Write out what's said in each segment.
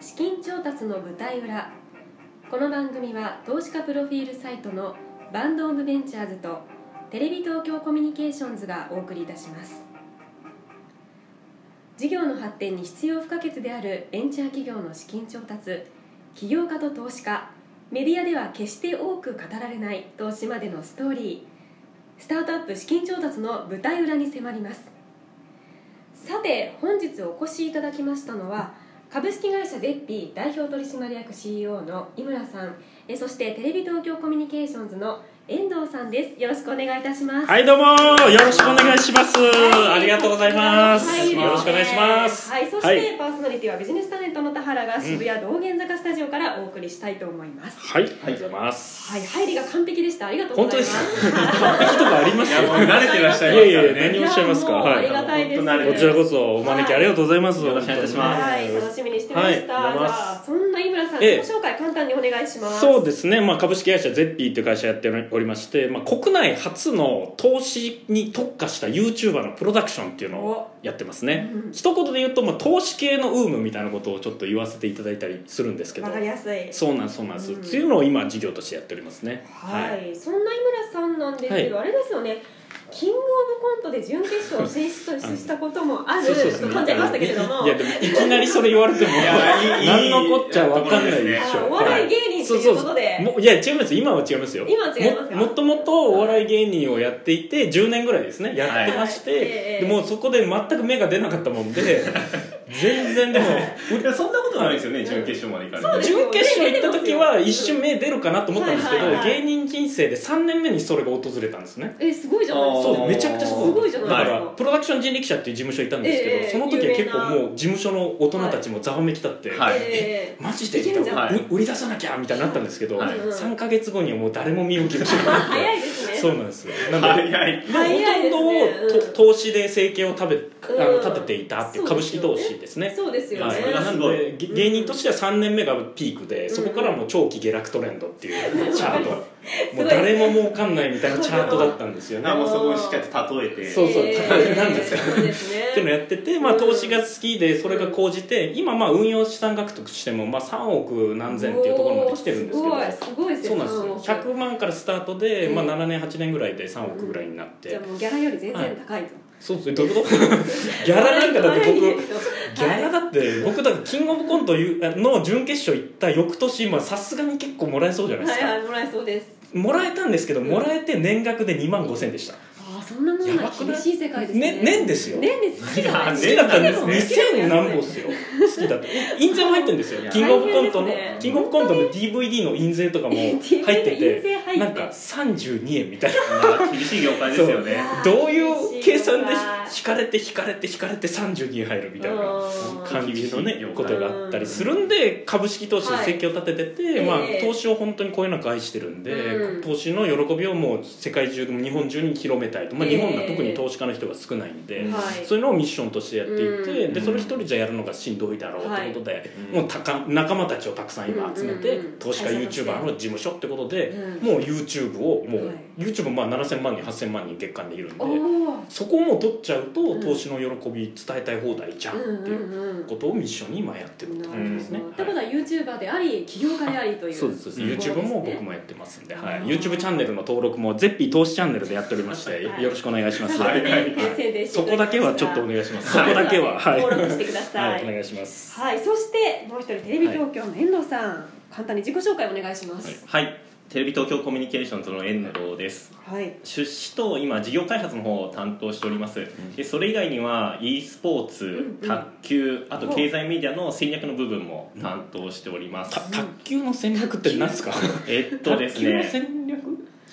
資金調達の舞台裏この番組は投資家プロフィールサイトのバンドオブベンチャーズとテレビ東京コミュニケーションズがお送りいたします事業の発展に必要不可欠であるベンチャー企業の資金調達起業家と投資家メディアでは決して多く語られない投資までのストーリースタートアップ資金調達の舞台裏に迫りますさて本日お越しいただきましたのは株式会社ゼッピー代表取締役 CEO の井村さんえそしてテレビ東京コミュニケーションズの遠藤さんですよろしくお願いいたしますはいどうもよろしくお願いします、はいありがとうございます、はいよろしくお願いしますはい、そして、はい、パーソナリティはビジネスタレントの田原が渋谷道玄坂スタジオからお送りしたいと思います。はいありがとうございます、はい、入りが完璧でした。ありがとうございます。完璧とかありますいやもう慣れてらっしゃいいまやいすかやらいやね何をおっしゃいますかやもうはありいがたいです。本当慣れこてちらこそお招きありがとうございます、よろしくお願いいたしますはい、楽しみにしてました。はいありじがとうございますゃあ、そんな井村さん、ええ自己紹介簡単にお願いします。そうでですね、まあ、株式会社ゼッピーという会社やっておりまして、まあ、国内初の投資に特化した YouTuber のプロダクションっていうのをやってますね、うん一言で言うと、まあ、投資系のウームみたいなことをちょっと言わせていただいたりするんですけどわかりやすい。そうなんそうなんです、うんっていうのを今事業としてやっておりますねはい、そんな井村さんなんですけど、あれですよね。キングオブコントで準決勝進出したこともある、そうそうちそょっうと噛んじゃいましたけれども。いやでもいきなりそれ言われてもやいいいい何のこっちゃわかんないでしあょお笑いは芸人ということで。もいや違います今は違いますよ今は違いますかももともとお笑い芸人をやっていて10年ぐらいですねやってまして、はいええでもうそこで全く芽が出なかったもんで全然でもいやそんなことないですよね準決勝まで行かそうれでてすよ準決勝行った出時はてますよ一瞬芽出るかなと思ったんですけど、はいはいはい芸人人生で3年目にそれが訪れたんですねえすごいじゃないですかあそーうめちゃくちゃすごいすごいじゃないですかだからプロダクション人力車っていう事務所いたんですけど、ええその時は結構有名なもう事務所の大人たちもざわめきたって、はいえマジでいけるじゃんみたいなう売り出さなきゃみたいになったんですけど、はい3か月後にはもう誰も身を切るしなー早いですねそうなんですよなんで、早いまあほ早いですねとんどをうんと投資で生計を食べあうのん立てていたっていそうう株です式よ投資ですねそうですよはねい、それがなすのごいでげ芸人としては3年目がピークで、そこからもう長期下落トレンドっていうチャ ートもう誰も儲かんないみたいなチャートだったんですよねあもうそこにしっかり例えてそうそうななんんでですすかかそうですねっていうのをやってて、まあ、うん投資が好きでそれが高じて今まあ運用資産獲得してもまあ3億何千っていうところまで来てるんですけどおーすごいすごいですそうなんですよよ100万からスタートで、うんまあ、7年8年ぐらいで3億ぐらいになって、じゃあもうギャラより全然高いとそうですねどういうこと ギャラなんかだって僕ギャラだだって僕だってキングオブコントの準決勝行った翌年まあさすがに結構もらえそうじゃないですか、はいはいもらえそうですもらえたんですけどもらえて年額で2万5千でしたああそんなもんやなばいくない厳しい世界ですねね年ですよ年です好きじゃない好ですきだったんです2000何本っすすよ好きだった印税も入ってるんですよキングオブコントの、大変ですねキングオブコントの DVD の印税と かも入っててなんか32円みたいなまあ厳しい業界ですよねどういう計算で引かれて引かれて引かれて32円入るみたいな感じのねうんことがあったりするんで株式投資に生計を立ててて、はいまあええ、投資を本当にこよなく愛してるんで、うん投資の喜びをもう世界中日本中に広めたいと、まあ、ええ日本は特に投資家の人が少ないんで、はいそういうのをミッションとしてやっていて、うんでそれ一人じゃやるのがしんどいだろうということで、うんもうたか仲間たちをたくさん今集めうて、んうんうん投資家 YouTuber の事務所ってことで、うんもう YouTube をもう、はい YouTube まあ7000万人8000万人月間でいるんでおおそこをもう取っちゃううとん投資の喜び伝えたい放題じゃんっていうことをミッションに今やってるって感じですね。なるはほいどってことはユーチューバーであり起業家でありというそうですそうですとこ YouTube ろですねも僕もやってますんで、はいあ、ー YouTube チャンネルの登録もゼッピー投資チャンネルでやっておりまして、はいよろしくお願いします、はいはい宣伝してそいただきましたこだけはちょっとお願いしますそこだけははい、登録してくださはいい、お願いしますはいそしてもう一人テレビ東京の遠藤さん簡単に自己紹介お願いしますはいテレビ東京コミュニケーションズの遠藤ですはい出資と今事業開発の方を担当しております、でそれ以外には e スポーツうん卓球あと経済メディアの戦略の部分も担当しておりますた卓球の戦略って何です かえっとです卓ね球の戦略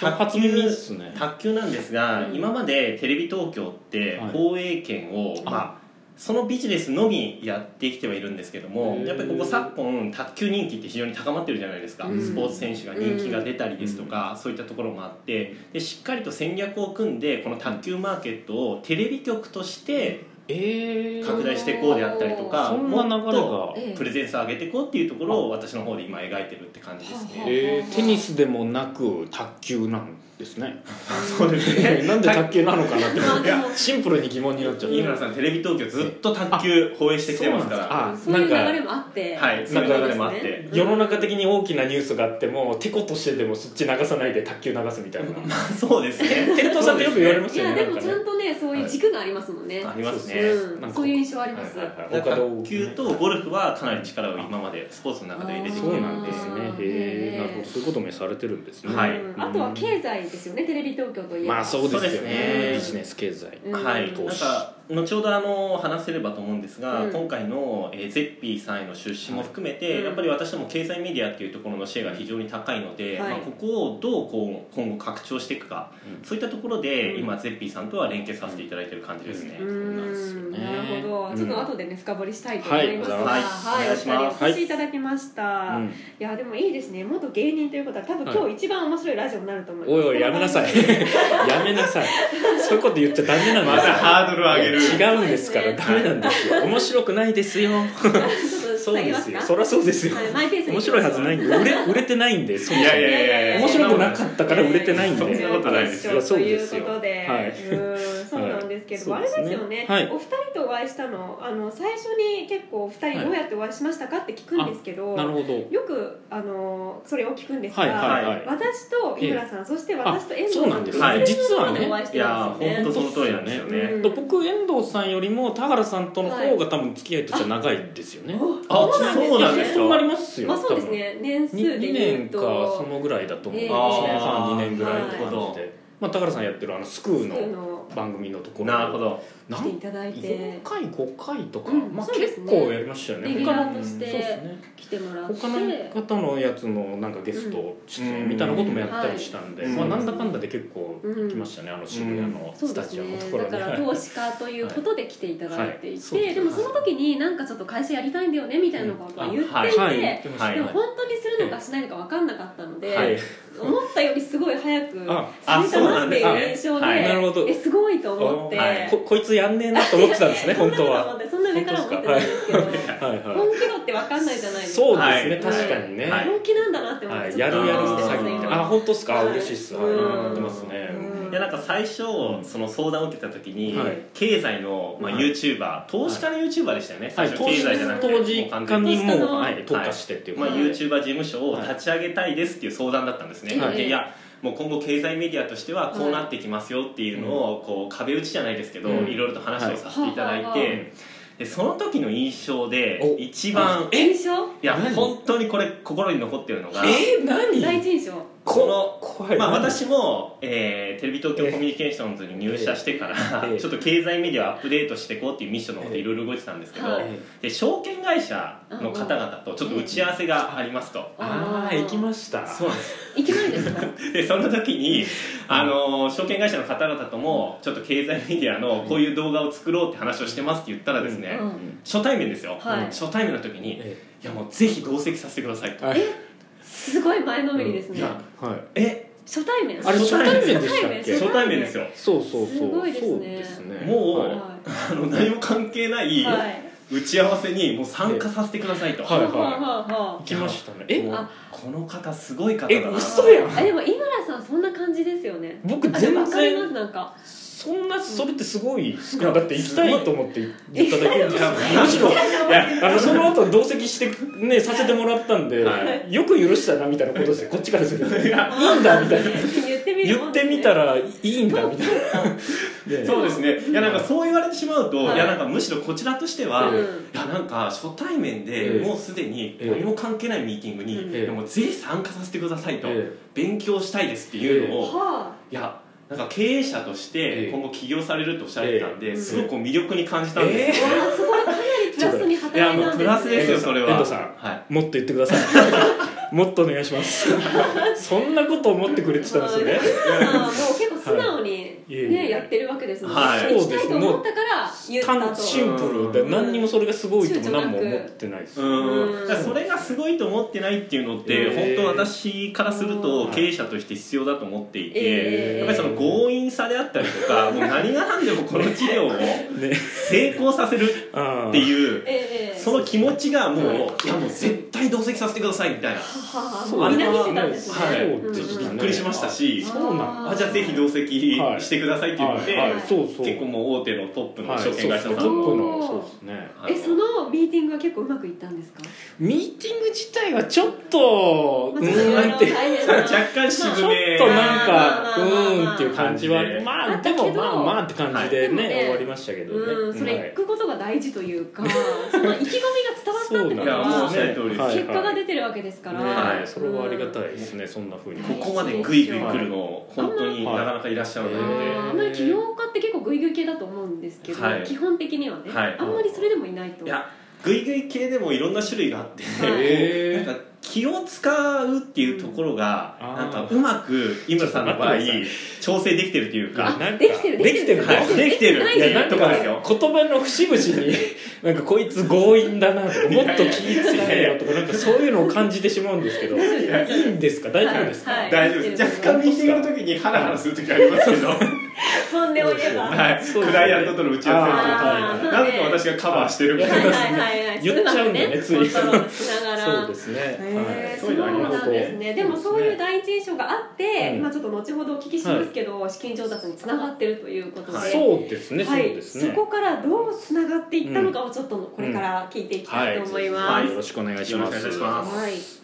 卓球初耳っすね卓球なんですが、うん今までテレビ東京ってはい放映権を、まあそのビジネスのみやってきてはいるんですけどもうんやっぱりここ昨今卓球人気って非常に高まってるじゃないですか、うんスポーツ選手が人気が出たりですとか、そういったところもあってでしっかりと戦略を組んでこの卓球マーケットをテレビ局としてええ拡大していこうであったりとかそんな流れがええプレゼンスを上げていこうっていうところを私の方で今描いてるって感じですはあね。えー、テニスでもなく卓球なんです ねそうですいやね。なんで卓球なのかなっまあてでもシンプルに疑問になっちゃう飯村さんテレビ東京ずっと卓球放映してきてますから。あそういう流なんかれもあってはいそういう流れもあって世の中的に大きなニュースがあってもテコとしてでもそっち流さないで卓球流すみたいなそうですね。 テレ東さんってよく言われまいすよやねでなもんかちゃんとねそういう軸がありますもんねありますね。うんなんかそういう印象ありますはいはいはいだから他の卓球とゴルフはかなり力を今までスポーツの中で入れてきそてうるなんんでですねあーへへーえなるほどそういうこともされてるんですねはいうんあとは経済ですよねテレビ東京といえばまあそうですよそねうですねビジネス経済うんはい、なんか後ほどあの話せればと思うんですが、うん今回の、えーゼッピーさんへの出資も含めて、うんやっぱり私ども経済メディアっていうところのシェアが非常に高いので、はいまあ、ここをどうこう今後拡張していくか、うんそういったところで、うん今ゼッピーさんとは連携させていただいてる感じですね、うなんですよんねなるほどちょっと後でね深掘りしたいと思はいいますがはいはいおお二人願いしますお越しいただきましたうんいやでもいいですね元芸人ということは多分今日一番面白いラジオになると思いますおいおいやめなさい やめなさいそういうこと言っちゃダメなんですよハードル違うんですからダメなんですよ面白くないですよちょっとそう下げでますすよかそりゃそうですよはいマイペースに面白いはずないんで売れ売れてないんでそもそもいやいやいやいや面白くなかったから売れてないんでそんなことないですよということで、はいうんそうなんですけど、はいあれですよね、はいお二人とお会いしたの、あの最初に結構お二人どうやってお会いしましたかって聞くんですけど、なるほどよくあのそれを聞くんですが、はいはいははいい私と井村さん、そして私と遠藤あそさうなんんですはい実はねお会いしいてやるんですよね本当。その通りなんですよね、うん僕遠藤さんよりも田原さんとの方が多分付き合いとしては長いんですよねあそうなんでねすかそうなりますよまあそうですね年数多分でに2言う年かとそのぐらいだと思うええ1年半2年ぐらいのはい感じでまあ田原さんやってるあのスクーそういうののを番組のところなるほどな来んていただいて4回5回とか、うんまあ、そうです結ね構やりましたよねレギュラーとして他のうんそうですね来てもらって他の方のやつのなんかゲスト出演みたいなこともやったりしたんで、うんまあ、うんなんだかんだで結構うん来ましたね、あの渋谷のそうスでタすジオねのところだに、から投資家ということで来ていただいていて、はいはいでもその時になんかちょっと会社やりたいんだよねみたいなのが言っていて、はいはい言ってましたはねでもい本当にするのかしないのか分かんなかったので、はい思ったよりすごい早くさあれたなってあそうなんいうで印すね象ではいなるほどえすごいと思って、あはいここいつやんねえなと思ってたんです ね本当そんなこと思はってそんな上から思ってたんですけど、はいは本気度って分かんないじゃないでいすかそうですね、はい確かにね、はい本気なんだなって思っはて、いちょやっとるやる安心し詐てます欺みたい今なあ本当ですか、はい嬉しいっす、うはんい、やってますね、うんいやなんか最初その相談を受けた時に、はい経済の、まあ、はい YouTuber 投資家の YouTuber でしたよね、は最い、初当経時済じゃなくて当時もう完家全ににもう、ははいい、特化してっていうまあ、ことで YouTuber 事務所を立ち上げたいですっていう相談だったんですね、はいでいやもう今後経済メディアとしてはこうなってきますよっていうのをこう壁打ちじゃないですけど、うんいろいろと話をさせていただいて、はいでその時の印象でお一番印象いや何本当にこれ心に残ってるのがえー、第何一印象ここ怖いまあ、何私も、えーテレビ東京コミュニケーションズに入社してから、ええちょっと経済メディアをアップデートしていこうっていうミッションのことでいろいろ動いてたんですけど、はいで証券会社の方々とちょっと打ち合わせがありますと、ああ行きましたそうなんでいきないですかす でその時に、あのー証券会社の方々ともちょっと経済メディアのこういう動画を作ろうって話をしてますって言ったらですね、うん初対面ですよ、はい初対面の時にえ「いやもうぜひ同席させてください」と。はいすごい前のめりですいね、やはいえ初対面あれ初対初対面面でしたっけ初対面ですよそうそうそうすごいですねそうですねもうはいはあの何も関係ないい、はい打ち合わせにもう参加させてくださいと、はいはあはあはあ行きましたねえもうあこの方すごい方だなえ嘘やんあでも井村さんそんな感じですよね僕あでも全わかりま然すなんかそんなそれってすごいっすかだって行きたいと思って行っただけですよいやむしろいやあの その後同席してねさせてもらったんではよく許したなみたいなことですよこっちからする といいんだみたいな言ってみる言ってみたらいいんだみたい なねそうですねいやなんかそう言われてしまうと、はいい、やなんかむしろこちらとしては、うんいやなんか初対面えでえもうすでにええ何も関係ないミーティングに、うんええでもぜひ参加させてくださいと、え勉強したいですっていうのを、はいやなんか経営者としえてえ今後起業されるとおっしゃられてたんで、ええすごくこう魅力に感じたんですよ、あ、わあそこはかなりプラスにいや働いもたんです、ね、うプラスですよそれは遠藤さんはいもっと言ってくださ いもっとお願いしますそんなこと思ってくれてたんですよねはい井村さんはもう結構素直に、ねはいいえいえやってるわけですもんね、はい行きたいと思ったから言った単とシンプルでうん何にもそれがすごいとも躊躇なく何も思ってないです、ううんん、だからそれがすごいと思ってないっていうのって、えー本当私からするとうん経営者として必要だと思っていて、えーやっぱりその強引さであったりと かもう何が何でもこの事業をね成功させるあってーいうええその気持ちがもう、はいいやもう絶対同席させてくださいみたいなはそははうみんな見せたんですね、はいうんうんそうですねびっくりしましたしそうなんーあじゃあぜひ同席はいしてくださいっていうので、はいはいそうそう結構もう大手のトップのはい証券会社さんそうそうトも、ップおのーそうですねあのえそのミーティングは結構うまくいったんですか、ミーティング自体はちょっとうまあ、ーちょっといろいんろって大変な 若干渋めちょっとなんまあかまあうまあーんっていう感じは感じでまああったでけどもまあまあって感じはいででねもね終わりましたけどね、うん、それはい行くことが大事というか、その意気込みが伝わったってことんだいやもうおっはしゃる通りです結果がて出てるわけですから、はいそれはありがたいですね、そんな風にここまでグイグイ来るのそうですよ本当になかなかいらっしゃうらないんのあんまり起業家って結構グイグイ系だと思うんですけど、はい基本的にはね、はいあんまりそれでもいないとでいやグイグイ系でもいろんな種類があって、へーなんか気を使うっていうところが、うんなんあかーうまく井村さんの場合ちょっと待って調整できてるっていうあかなんかできてるできてるはいできてるできいてやるなんかとこですよ言葉の節々に なんかこいつ強引だなとかもっと気ぃ使えよとかなんかそういうのを感じてしまうんですけどいいやいんですか大丈夫ですか、はい大丈夫です若干ミーティングの時にハラハラする時ありますけ ど、は本音を言えばはいい、そうですねクライアントとの打ち合わせの時あーになぜか私がカバーしてるみたいなはいはいはい 言っちゃうんだねついコントロールしながそうらですね、へーそういうのありますねそうなんですねでもそういう第一印象があって、うん今ちょっと後ほどお聞きしますけど、資金調達につながってるということで、はそうですね、はそういですねそこからどうつながっていったのかをちょっとこれから聞いていきたいと思います、よろしくお願いしますよろしくお願いしますはい